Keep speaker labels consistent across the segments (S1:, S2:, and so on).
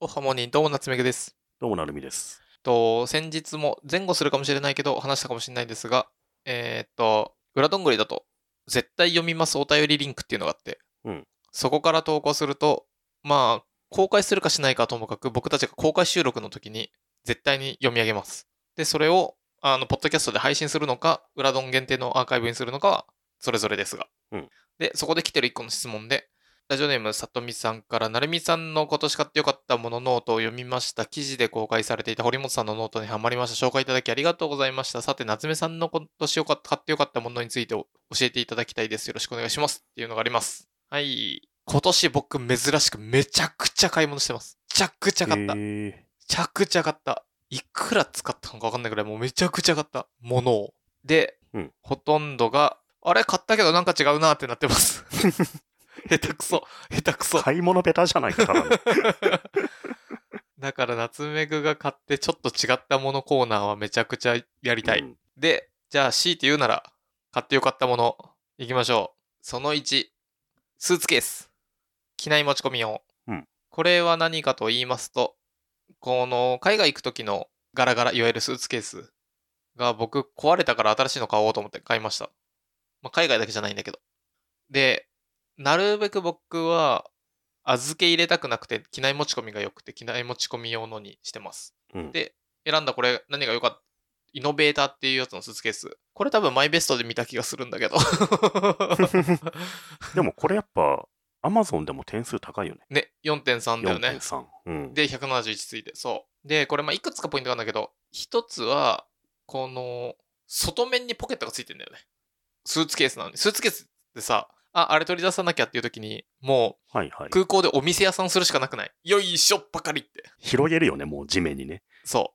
S1: おはもにどうもなつめぐです。
S2: どうもなるみです。
S1: と、先日も前後するかもしれないけど、話したかもしれないんですが、えーっと、裏どんぐりだと、絶対読みますお便りリンクっていうのがあって、
S2: うん
S1: そこから投稿すると、まあ、公開するかしないかはともかく、僕たちが公開収録の時に、絶対に読み上げます。で、それを、あの、ポッドキャストで配信するのか、裏どん限定のアーカイブにするのかは、それぞれですが。
S2: うん
S1: で、そこで来てる一個の質問で、ラジオネームさとみさんから、なるみさんの今年買ってよかったものノートを読みました。記事で公開されていた堀本さんのノートにハマりました。紹介いただきありがとうございました。さて、夏目さんの今年よかった買ってよかったものについて教えていただきたいです。よろしくお願いします。っていうのがあります。はい。今年僕珍しくめちゃくちゃ買い物してます。めちゃくちゃ買った。
S2: え
S1: め
S2: ー
S1: ちゃくちゃ買った。いくら使ったのかわかんないぐらい、もうめちゃくちゃ買ったものを。で、
S2: うん
S1: ほとんどが、あれ買ったけどなんか違うなってなって ます。下手くそ、下手くそ。
S2: 買い物ベタじゃないか、た だの
S1: だから夏目ぐが買ってちょっと違ったものコーナーはめちゃくちゃやりたい。
S2: うん
S1: で、じゃあ強いて言うなら買ってよかったものいきましょう。その1、スーツケース。機内持ち込み用。
S2: うん
S1: これは何かと言いますと、この海外行く時のガラガラ、いわゆるスーツケースが僕壊れたから新しいの買おうと思って買いました。まあ、海外だけじゃないんだけど。で、なるべく僕は預け入れたくなくて機内持ち込みが良くて機内持ち込み用のにしてます。
S2: うん
S1: で、選んだこれ何が良かったイノベーターっていうやつのスーツケース。これ多分マイベストで見た気がするんだけど。
S2: でもこれやっぱ、アマゾンでも点数高いよね。
S1: ね、4.3だよね。
S2: 4.3。うん。
S1: で、171ついて。そう。で、これ、まあ、いくつかポイントがあるんだけど、一つは、この、外面にポケットがついてんだよね。スーツケースなのに。スーツケースってさ、あ、あれ取り出さなきゃっていう時に、も、。
S2: はいはいう
S1: 空港でお店屋さんするしかなくない。よいしょばかりって。
S2: 広げるよね、もう地面にね。
S1: そ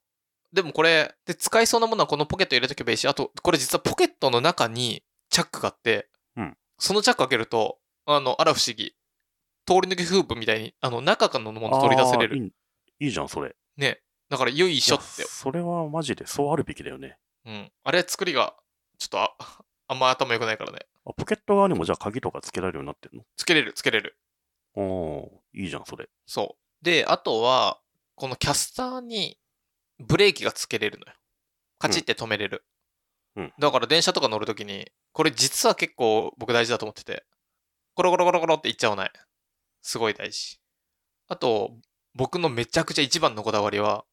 S1: う。でもこれ、で、使いそうなものはこのポケット入れとけばいいし、あと、これ実はポケットの中にチャックがあって、
S2: うん
S1: そのチャック開けると、あの、あら不思議。通り抜けフープみたいに、あの、中からのもの取り出せれ
S2: あ
S1: る。
S2: ーいいいいじゃん、それ。
S1: ね。だから、よいしょっ
S2: い
S1: て
S2: や。それはマジでそうあるべきだよね。
S1: うん。あれ、作りが、ちょっとあ、あんま頭良くないからね。
S2: あポケット側にもじゃあ鍵とかつけられるようになってんの
S1: つけれる、つけれる。
S2: おーいいじゃん、それ。
S1: そう。で、あとは、このキャスターにブレーキがつけれるのよ。カチって止めれる。
S2: うん
S1: だから電車とか乗るときに、これ実は結構僕大事だと思ってて、コロコロコロコロって言っちゃわない。すごい大事。あと、僕のめちゃくちゃ一番のこだわりは、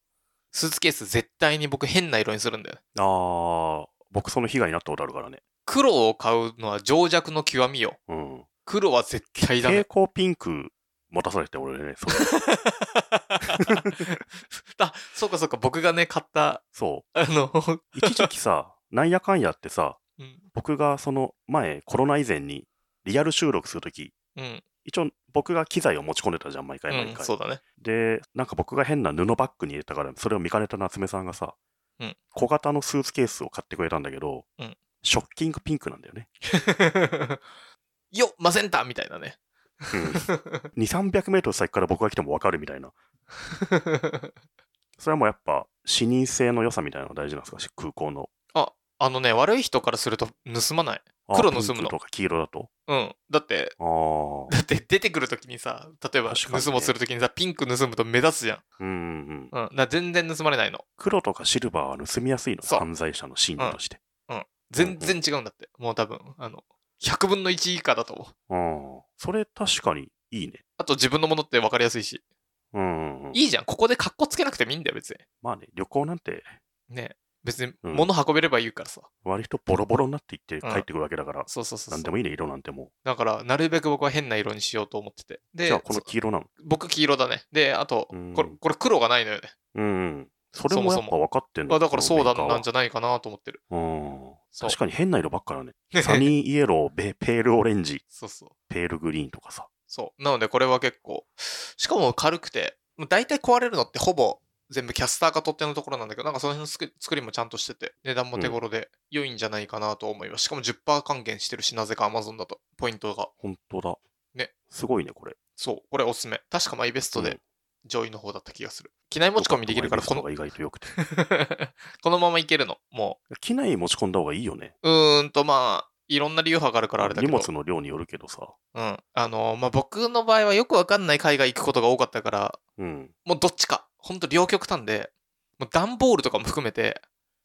S1: スーツケース絶対に僕変な色にするんだよね。
S2: あー、僕その被害になったことあるからね。
S1: 黒を買うのは情弱の極みよ。
S2: うん。
S1: 黒は絶対ダメ
S2: 蛍。 光ピンク持たされて俺ね、 それ。
S1: あ、そうかそうか、僕がね、買った、
S2: そ
S1: あの、
S2: う。一時期さ、なんやかんやってさ、
S1: うん、
S2: 僕がその前コロナ以前にリアル収録するとき
S1: うん、
S2: 一応僕が機材を持ち込んでたじゃん毎回毎
S1: うん
S2: 回、
S1: そうだね。
S2: でなんか僕が変な布バッグに入れたからそれを見かねた夏目さんがさ、
S1: うん
S2: 小型のスーツケースを買ってくれたんだけど、
S1: うん
S2: ショッキングピンクなんだよね、
S1: よっ、マセンターみたいな ね。
S2: うん、2300メートル先から僕が来ても分かるみたいなそれはもうやっぱ視認性の良さみたいなのが大事なんですか空港の
S1: あのね、悪い人からすると盗まない。
S2: あ
S1: 黒の住むの
S2: ピンクとか黄色だと
S1: うん。だって、
S2: あ
S1: だって出てくるときにさ、例えば
S2: 確かにね
S1: 盗もうするときにさ、ピンク盗むと目立つじゃん。
S2: あうんうん
S1: うん。だから全然盗まれないの。
S2: 黒とかシルバーは盗みやすいの
S1: そう
S2: 犯罪者のシーンとして、
S1: 全然違うんだって。もう多分、あの、100分の1以下だと思う。
S2: うん、それ確かにいいね
S1: あと自分のものって分かりやすいし。
S2: うんうんうん
S1: いいじゃん。ここでカッコつけなくてもいいんだよ、別に。
S2: まあね、旅行なんて
S1: ね。別に
S2: うん
S1: 物運べればいいからさ。
S2: 割とボロボロになっていって帰ってくるわけだから、
S1: そうそうそう
S2: なん
S1: そ
S2: で
S1: う。
S2: もいいね、色なんても
S1: だから、なるべく僕は変な色にしようと思ってて。
S2: う。
S1: で、
S2: じゃあこの黄色なの。
S1: 僕黄色だね。で、あと
S2: うん、
S1: これ、これ黒がないのよね。
S2: うんうん。それもやっぱ分かってんの
S1: あだからそうだなんじゃ
S2: ゃ。
S1: ないかなと思ってる。
S2: うん。
S1: そう
S2: 確かに変な色ばっかだね。サニーイエロー、ベペールオレンジ、
S1: そうそう。
S2: ペールグリーンとかさ。
S1: そう。なのでこれは結構、しかも軽くて、もう大体壊れるのってほぼ全部キャスターが取っ手のところなんだけど、なんかその辺の作り作りもちゃんとしてて、値段も手頃で良いんじゃないかなと思います。しかも10%還元してるし、なぜか Amazon だと、ポイントが。
S2: 本当だ。
S1: ね。
S2: すごいね、これ。
S1: そう、これおすすめ。確かマイベスト
S2: う
S1: で
S2: ん
S1: 上位の方だった気がする。機内持ち込みできるから、この、
S2: マイベストが意外と良くて。
S1: このままいけるの。も
S2: 機内持ち込んだ方がいいよね。
S1: う、うーんとまあ、いろんな理由派があるからあれだけ
S2: 荷
S1: ど。
S2: 物の量によるけどさ。
S1: うん。あのまあ、僕の場合はよくわかんない海外行くことが多かったから、
S2: うん。
S1: もうどっちか、ほんと両極端で、もう段ボールとかも含めて、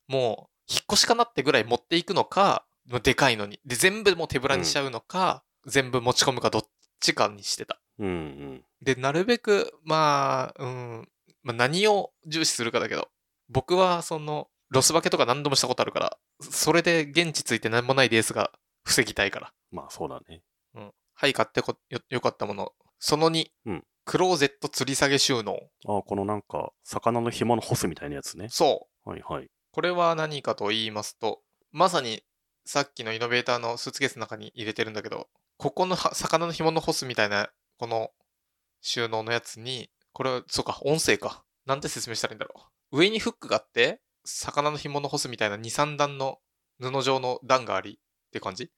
S1: もう引っ越しかなってぐらい持っていくのか、もうでかいのに。で、全部もう手ぶらにしちゃうのか、全部持ち込むかどっちかにしてた。
S2: うんうん。
S1: で、なるべく、まあ、うん、まあ、何を重視するかだけど、僕はその、ロス化けとか何度もしたことあるから、それで現地ついて何もないレースが防ぎたいから。
S2: まあそうだね。
S1: うん。はい、買ってこよよかったもの。その2、
S2: うん
S1: クローゼット吊り下げ収納。
S2: ああ、このなんか、魚の紐の干すみたいなやつね。
S1: そう。
S2: はいはい。
S1: これは何かと言いますと、まさにさっきのイノベーターのスーツケースの中に入れてるんだけど、ここのは魚の紐の干すみたいな、この収納のやつに、これ、そうか、音声か。なんて説明したらいいんだろう。上にフックがあって、魚の紐の干すみたいな2、3段の布状の段がありって感じ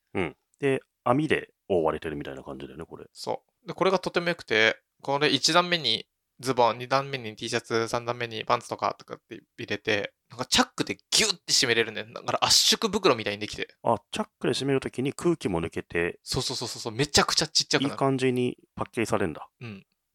S2: で、網で覆われてるみたいな感じだよね、これ。
S1: そう。で、これがとても良くて、これ1段目にズボン、2段目に T シャツ、3段目にパンツとかとかって入れて、なんかチャックでギュッて締めれるんだよ。だから圧縮袋みたいにできて。
S2: あ、チャックで閉めるときに空気も抜けて、
S1: そうそうそうそうそう、めちゃくちゃちっちゃく
S2: い
S1: ないる。
S2: 感じにパッケージされるんだ。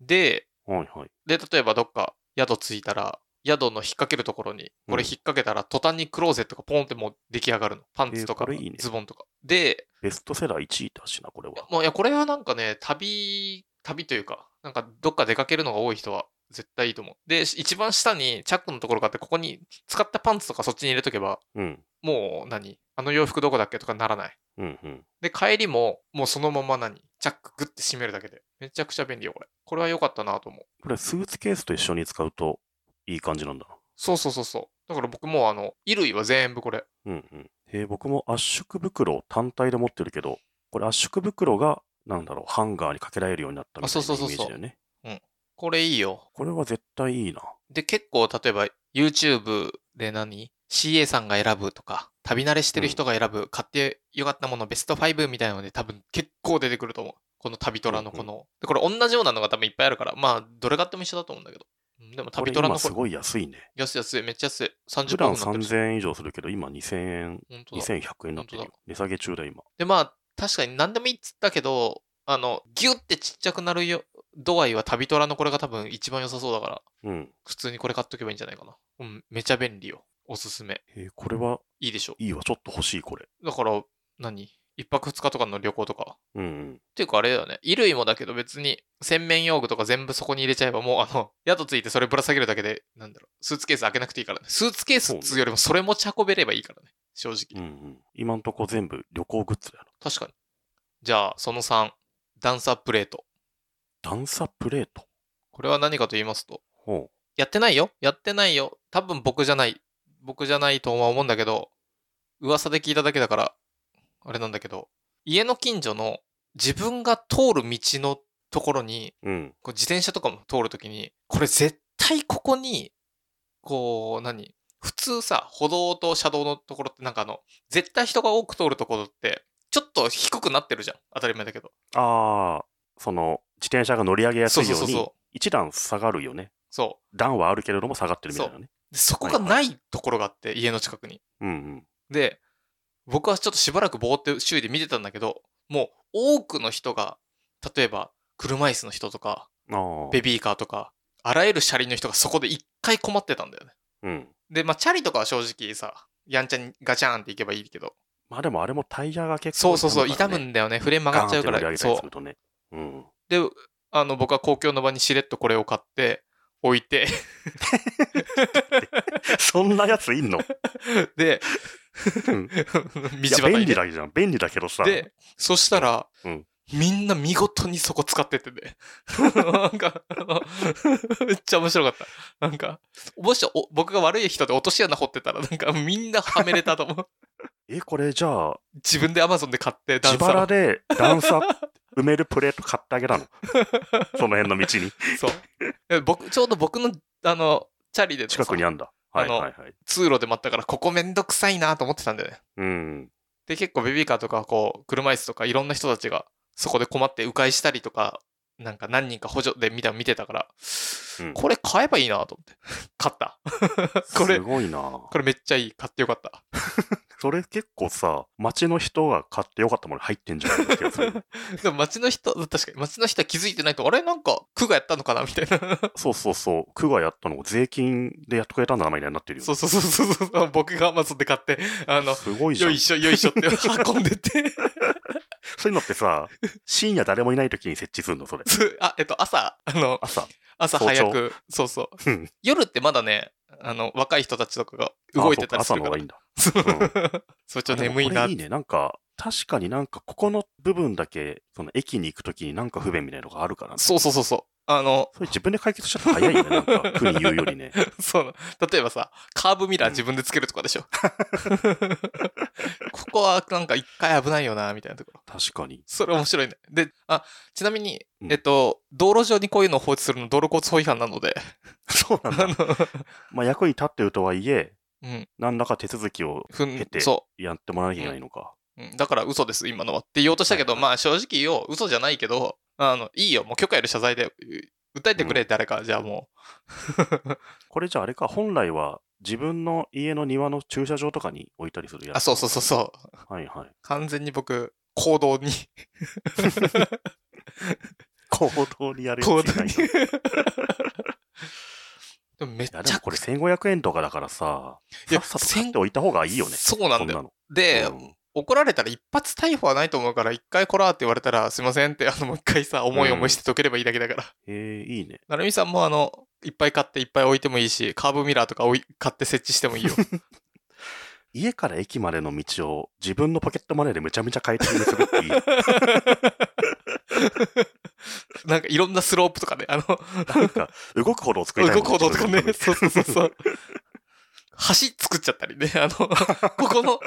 S1: で、
S2: はいはい。
S1: で、例えばどっか宿着いたら、宿の引っ掛けるところに、これ
S2: うん
S1: 引っ掛けたら途端にクローゼットがポンってもう出来上がるの。パンツとか
S2: えーこれいいね
S1: ズボンとか。で、
S2: ベストセラー1位だしな、これは。
S1: もういや、これはなんかね、旅、旅というか、なんかどっか出かけるのが多い人は絶対いいと思う。で、し一番下にチャックのところがあって、ここに使ったパンツとかそっちに入れとけば、
S2: うん。
S1: もう何あの洋服どこだっけとかならない。
S2: うんうん。
S1: で、帰りも、もうそのまま何チャックグッて閉めるだけで。めちゃくちゃ便利よ、これ。これは良かったなと思う。
S2: これ、スーツケースと一緒に使うといい感じなんだな。
S1: そうそうそうそう。だから僕もうあの、衣類は全部これ。
S2: うんうん。えー僕も圧縮袋単体で持ってるけど、これ圧縮袋が、なんだろう、ハンガーにかけられるようになったみた
S1: あそう
S2: いな
S1: そう
S2: イ
S1: そう
S2: メージ
S1: そう
S2: だよね。
S1: これいいよ。
S2: これは絶対いいな。
S1: で、結構例えば YouTube で何 ?CA さんが選ぶとか、旅慣れしてる人が選ぶ、買ってよかったものベスト5みたいなので多分結構出てくると思う。この旅トラのこの。で、これ同じようなのが多分いっぱいあるから、まあ、どれ買っても一緒だと思うんだけど。うんでも
S2: こ
S1: 旅
S2: れ
S1: トラの
S2: 今
S1: こ
S2: す
S1: れ、
S2: ごい安いね。
S1: 安い安い、めっちゃ安い。30分
S2: 普段
S1: になってるし。
S2: 3000円以上するけど、今2000円、
S1: 本当だ
S2: 2100円になってる
S1: 本
S2: よ。値下げ中だ、今。
S1: でまあ確かに何でもいいっつったけどあのギュッてちっちゃくなるよ度合いは旅トラのこれが多分一番良さそうだから
S2: うん。
S1: 普通にこれ買っとけばいいんじゃないかなうんめちゃ便利よおすすめ
S2: えーこれはい
S1: いでしょ
S2: いいわ、ちょっと欲しい、これ。
S1: だから何一泊二日とかの旅行とかっ
S2: うんうん。
S1: ていうかあれだよね衣類もだけど別に洗面用具とか全部そこに入れちゃえばもうあの宿ついてそれぶら下げるだけでなんだろうスーツケース開けなくていいからねスーツケースっつうよりもそれ持ち運べればいいからね正直
S2: うんうん、今んとこ全部旅行グッズだよ
S1: 確かにじゃあその3ダンサープレート
S2: な。段差プレート。
S1: これは何かと言いますと
S2: ほ
S1: やってないよやってないよ多分僕じゃない。僕じゃないとは思うんだけど、噂で聞いただけだから、あれなんだけど、家の近所の自分が通る道のところに、
S2: う。うん。
S1: こう自転車とかも通るときに、これ絶対ここに、こう、何普通さ、歩道と車道のところってなんかあの、絶対人が多く通るところって、ちょっと低くなってるじゃん。当たり前だけど。
S2: ああ、その、自転車が乗り上げやす
S1: そう
S2: い
S1: そう
S2: よ
S1: そうう
S2: に
S1: そ、
S2: 一段下がるよね。
S1: う。そ
S2: 段はあるけれども下がってるみたいなね。
S1: う。でそこがないところがあって、家の近くに。
S2: うんうん。
S1: で、僕はちょっとしばらくぼーって周囲で見てたんだけど、もう多くの人が、例えば車椅子の人とか、
S2: ああ。
S1: ベビーカーとか、あらゆる車輪の人がそこで一回困ってたんだよね。
S2: うん。
S1: で、まあ、チャリとかは正直さ、やんちゃにガチャーンっていけばいいけど、
S2: まあでもあれもタイヤが結
S1: そ
S2: 構
S1: うそうそう、
S2: 痛
S1: 痛む
S2: むからね
S1: んだよね。フレーム曲がっちゃうか
S2: ガーン
S1: ら。
S2: って乗り上げた
S1: そ
S2: りする
S1: う。
S2: とね。 うん。
S1: で、あの、僕は公共の場にしれっとこれを買って、置いて、
S2: そんなやついんの
S1: で、
S2: うん
S1: 道
S2: いや
S1: 端
S2: 便
S1: にね
S2: 利だけじゃん。便利だけどさ。
S1: で、そしたら、
S2: うん
S1: みんな見事にそこ使ってて ね。なんか、 めっちゃ面白かった。なんか、もしお僕が悪い人で落とし穴掘ってたら、なんかみんなはめれたと思 う。
S2: え、これじゃあ、
S1: 自分で Amazon で買って、ダン
S2: 自
S1: サー
S2: 腹
S1: を
S2: で段差埋めるプレート買ってあげ たの。その辺の道に。
S1: そうえ僕。ちょうど僕の、あの、チャリで
S2: 近くにあんだ。はいはいはい。
S1: 通路で待ったから、ここめんどくさいなと思ってたんだよね。
S2: うん。
S1: で、結構ベビーカーとか、こう、車椅子とか、いろんな人たちが、そこで困って迂回したりとか、なんか何人か補助で見た見てたから、
S2: うん
S1: これ買えばい いなと思って。買った。これ
S2: すごいな
S1: これめっちゃいい。買ってよかった。
S2: それ結構さ、街の人が買ってよかったもの入ってんじゃないかって 気がする。
S1: でも街の人、確かに街の人は気づいてないと、あれなんか区がやったのかなみたいな。
S2: そうそうそう。区がやったのを税金でやってくれたんだな、みたいになってるよ
S1: そ
S2: ね。
S1: うそうそうそうそう。僕が Amazon で買って、あの、
S2: すごいじゃ
S1: よ
S2: ん
S1: い。しょよいしょって運んでて。
S2: そういうのってさ、深夜誰もいない時に設置するの、それ。
S1: つあ、えっと、朝、あの、
S2: 朝。
S1: 朝
S2: 早朝
S1: 早く、そうそう。
S2: うん
S1: 夜ってまだね、あの、若い人たちとかが 動いてたり
S2: あ
S1: す
S2: そうか朝
S1: るから
S2: の方がいい。んだ。
S1: そう
S2: がいいん
S1: そう、ちょっと
S2: でもこ
S1: 眠
S2: れ
S1: いない
S2: い。ね。なんか、確かになんか、ここの部分だけ、その駅に行くときになんか不便みたいなのがあるからね、
S1: そうそうそうそう。あの、
S2: それ自分で解決しちゃったら早い ね。なんか、区に言うよりね。
S1: そうな、例えばさ、カーブミラー自分でつけるとかでし ょ。ここはなんか一回危ないよな、みたいなところ。
S2: 確かに。
S1: それ面白いね。で、あ、ちなみに
S2: う、ん
S1: えっと、道路上にこういうのを放置するの道路交通法違反なので、
S2: そうなん
S1: あ
S2: だ。
S1: の、
S2: まあ、役に立ってるとはいえ、
S1: うん、
S2: 何らか手続きを
S1: ふ
S2: 経
S1: ん、
S2: て
S1: そ
S2: やってもらわなきゃいけないのか。
S1: う、うんだから嘘です、今のは。って言おうとしたけど、
S2: はい
S1: まあ正直言おう、嘘じゃないけど、あの、いいよ、もう許可より謝罪で、う訴えてくれ、誰か、じゃあもう。
S2: これじゃああれか、本来は自分の家の庭の駐車場とかに置いたりするやつ。
S1: あ、そうそうそうそう。
S2: はいはい。
S1: 完全に僕、行動 に、
S2: 行動にやる
S1: 行
S2: やつい
S1: 動
S2: ない
S1: に
S2: い。や。
S1: でもめっちゃ
S2: でもこれ1500円とかだからさ、
S1: いや
S2: さっさと買っておいた方がいいよね。
S1: そうなんだよ。
S2: よ。
S1: で、
S2: うん
S1: 怒られたら一発逮捕はないと思うから、一回こらーって言われたら、すいませんって、あの、もう一回 さ、思い思いして解ければいいだけだから。
S2: えー、いいね。
S1: なるみさんもあの、いっぱい買っていっぱい置いてもいいし、カーブミラーとか置い買って設置しても いいよ。
S2: 家から駅までの道を自分のポケットマネーでめちゃめちゃ買い取りにするっていい。
S1: なんかいろんなスロープとかね、あの、
S2: なんか、動くほど作りたい
S1: 動
S2: もん
S1: く歩道とかね、そうそうそうそう。 橋作っちゃったりね、あの、 ここの、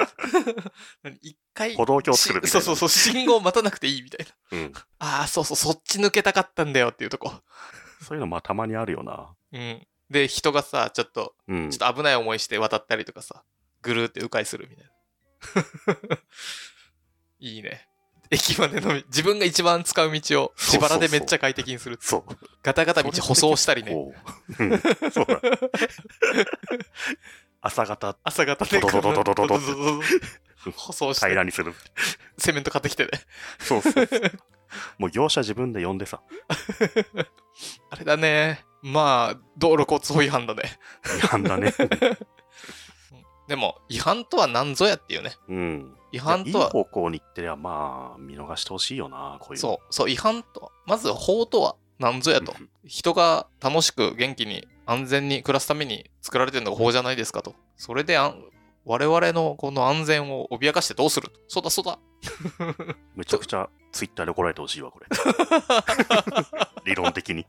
S1: 何一回、
S2: 歩道橋作るみた
S1: そ
S2: いな。
S1: うそうそう、信号待たなくていいみたいな。
S2: うん
S1: ああ、そうそう、そっち抜けたかったんだよっていうとこ。
S2: そういうのまあたまにあるよな。
S1: うん。で、人がさ、ちょっと、
S2: うん
S1: ちょ。っと危ない思いして渡ったりとかさ、ぐるーって迂回するみたいな。 いいね。駅までのみ、自分が一番使う道を
S2: そ
S1: 自
S2: うそうそう
S1: 腹でめっちゃ快適にする。
S2: そう。
S1: ガタガタ道舗装したりね。
S2: こう。うんそうだ。 朝方
S1: 朝方で
S2: ドドドドドドドド
S1: ドドドド舗装し
S2: 平
S1: て、
S2: らにする。
S1: セメント買ってきてね。
S2: そうそうそう。もう業者自分で呼んでさ、
S1: あれだね。まあ、道路交通法違反だね。
S2: 違反だね。
S1: でも、違反とは何ぞやっていうね。
S2: うん。
S1: 違反
S2: いい
S1: とは、
S2: 方向に行ってりゃ、まあ、見逃してほしいよな、こういう。
S1: そう、そう、違反とは、まず法とは何ぞやと。人が楽しく元気に安全に暮らすために作られてるのが法じゃないですかと。それであん我々のこの安全を脅かしてどうすると。そうだそうだ。
S2: めちゃくちゃ、ツイッターで怒られてほしい わ、これ。理論的に。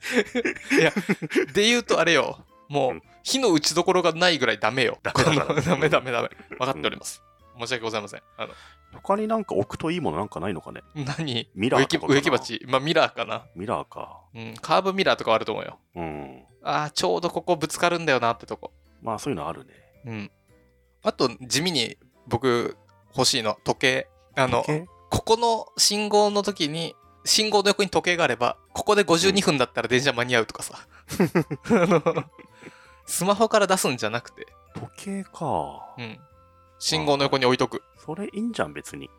S1: で言うとあれよ、も
S2: う
S1: うん火の打ちどころがないぐらいダメよ。
S2: ダメだから
S1: この ダメダメダメ。分かっております。申し訳ございません。あの
S2: 他になんか置くといいものなんかないのかね。
S1: 何
S2: ミラー
S1: 植木
S2: とかかな
S1: 植木鉢。まあミラーかな。
S2: ミラーか。
S1: うん、カーブミラーとかはあると思うよ。
S2: うん。
S1: ああ、ちょうどここぶつかるんだよなってとこ。
S2: まあ、そういうのあるね。
S1: うん。あと、地味に僕欲しいの、時計。あの、
S2: 時計
S1: ここの信号の時に、信号の横に時計があれば、ここで52分だったら電車間に合うとかさ。 あの、スマホから出すんじゃなくて、
S2: 時計か
S1: う。ん。信号の横に置いとく。
S2: それいいんじゃん、別に。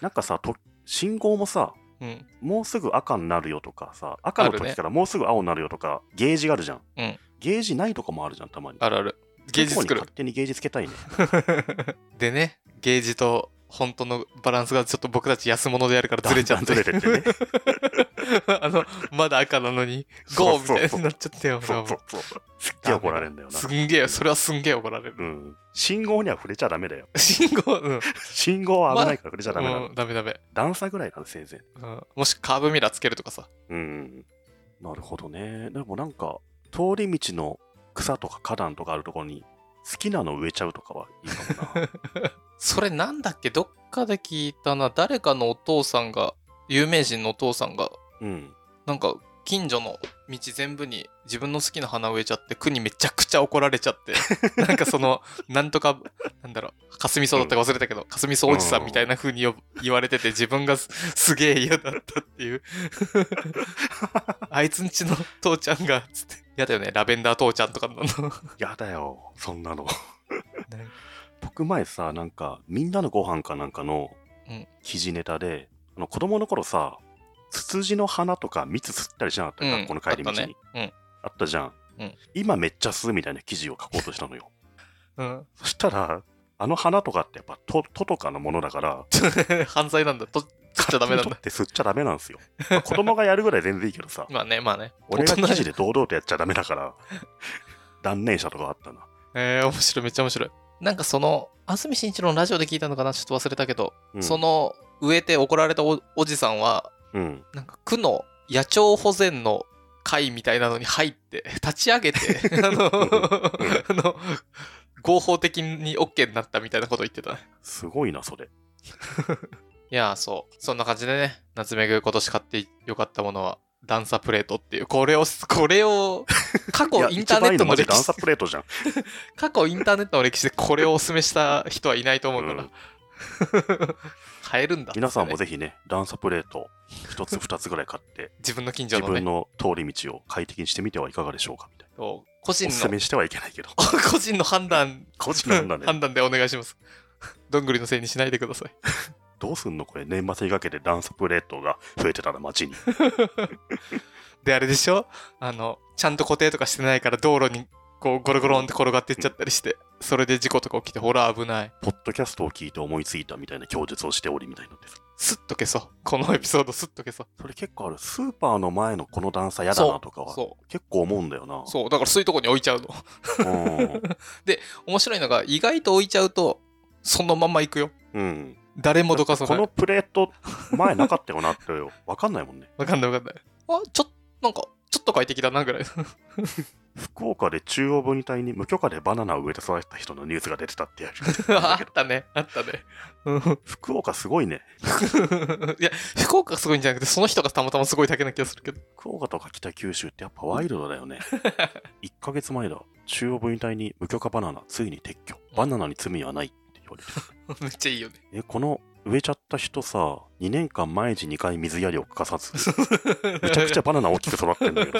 S2: なんかさ、と信号もさ、
S1: うん。
S2: もうすぐ赤になるよとかさ、赤の
S1: あるね
S2: 時からもうすぐ青になるよとか、ゲージがあるじゃん。
S1: うん
S2: ゲージないとこもあるじゃん、たまに。
S1: あるある。ゲージ作
S2: そう
S1: る。
S2: いうとこに勝手にゲージつけたいね。
S1: でね、ゲージと本当のバランスがちょっと僕たち安物でやる からずれちゃって。
S2: だんだんずれてってね
S1: あの、まだ赤なのに、
S2: そ
S1: ゴ
S2: う
S1: ーみ
S2: そうそう
S1: たいになっちゃったよ。
S2: そうそうそう。すっげえ怒られるんだよな
S1: す。んげえ、それはすんげえ怒られる
S2: う。ん。信号には触れちゃダメだよ。
S1: 信号、うん。
S2: 信号は危ないから触れちゃダメなの。
S1: うんダメダメ。
S2: 段差ぐらいなんでせいぜ
S1: うんもしカーブミラーつけるとかさ。
S2: い。うん。なるほどね。でもなんか、通り道の草とか花壇とかあるところに、好きなの植えちゃうとかはいいかもな。
S1: それなんだっけどっかで聞いたな。誰かのお父さんが、有名人のお父さんが、
S2: うん。
S1: なんか近所の道全部に自分の好きな花植えちゃって、区にめちゃくちゃ怒られちゃって、 なんかその、なんとか、なんだろう、かすみそうだったか忘れたけど、かすみそうおじさんみたいな風に呼ぶ言われてて、自分がすすげえ嫌だったっていう。あいつんちの父ちゃんが、つって。嫌だよね、ラベンダー父ちゃんとかなの。
S2: やだよ、そんなの。僕前さなんか「みんなのご飯かなんかの
S1: うん
S2: 記事ネタで、あの子供の頃さツツジの花とか蜜吸ったりしなかった、
S1: うん
S2: 学校の帰り道に
S1: あったね
S2: あったじゃん、
S1: うん
S2: 今めっちゃ吸うみたいな記事を書こうとしたのよ
S1: うん。
S2: そしたらあの花とかってやっぱ都都とかのものだから
S1: 犯罪なんだ。と、取っちゃダメなん
S2: 勝手に取
S1: だ
S2: っ。て吸っちゃダメなんですよ、まあ子供がやるぐらい全然いいけど さ
S1: まあね、まあね。
S2: 俺が記
S1: 大人
S2: 事で堂々とやっちゃダメだから 断念したとかあったな
S1: えー、面白い、めっちゃ面白い。なんかその、安住紳一郎のラジオで聞いたのかなちょっと忘れたけど、
S2: うん
S1: その、植えて怒られたおおじさんは、
S2: うん
S1: なんか区の野鳥保全の会みたいなのに入って、 立ち上げ て、あの、あの合法的に OK になったみたいなこと言ってたね。
S2: すごいなそれ
S1: いやー、そう。そんな感じでね、夏目ぐ今年買ってよかったものは、ダンサプレートっていう、これを、これ を、過
S2: い
S1: 去
S2: や
S1: インターネットの
S2: 一番いいマジ
S1: 歴
S2: ダン
S1: 史
S2: サ、プレートじ ゃん
S1: 過去インターネットの歴史でこれをお勧めした人はいないと思うから。
S2: うん
S1: 買えるんだっつってね、
S2: 皆さんもぜひね、ダンサプレート、一つ二つぐらい買 って、
S1: 自分の近所
S2: 自
S1: の
S2: 分
S1: ね、
S2: の通り道を快適にしてみてはいかがでしょうかみたい
S1: こう個人
S2: な。おすす
S1: の、
S2: めしてはいけないけ ど、
S1: 個人の判断、
S2: 個人なんだね。
S1: 判断でお願いします。どんぐりのせいにしないでください。
S2: どうすんのこれ、年末にかけてダンサプレートが増えてたら街に。
S1: で、あれでしょあの、ちゃんと固定とかしてないから道路にこうゴロゴロンって転がっていっちゃったりして、それで事故とか起きて、ほら危ない。
S2: ポッドキャストを聞いて思いついたみたいな供述をしておりみたいなんです。
S1: すっと消そう。このエピソードすっと消そう。
S2: それ結構ある。スーパーの前のこの段差やだなとかは
S1: そう。
S2: 結構思うんだよな。
S1: そう。だからそういうとこに置いちゃうの。
S2: うん。
S1: 面白いのが、意外と置いちゃうと、そのまま行くよ。
S2: うん。
S1: 誰もどかさ
S2: こ
S1: ない。
S2: のプレート前なかったよなってわかんないもんね。
S1: わかんないわかんない。あ、ちょ、なんか、ちょっと快適だなぐらい。
S2: 福岡で中央分離帯に無許可でバナナを植えて育てた人のニュースが出てたってやる。
S1: あったね。あったね。うん
S2: 福岡すごいね。
S1: いや、福岡がすごいんじゃなくて、その人がたまたますごいだけな気がするけど。
S2: 福岡とか北九州ってやっぱワイルドだよね。1ヶ月前だ。中央分離帯に無許可バナナ、ついに撤去。バナナに罪はないって言われてる。
S1: めっちゃいいよね。
S2: え、この植えちゃった人さ、2年間毎日2回水やりを欠かさず、めちゃくちゃバナナ大きく育ってんだけど、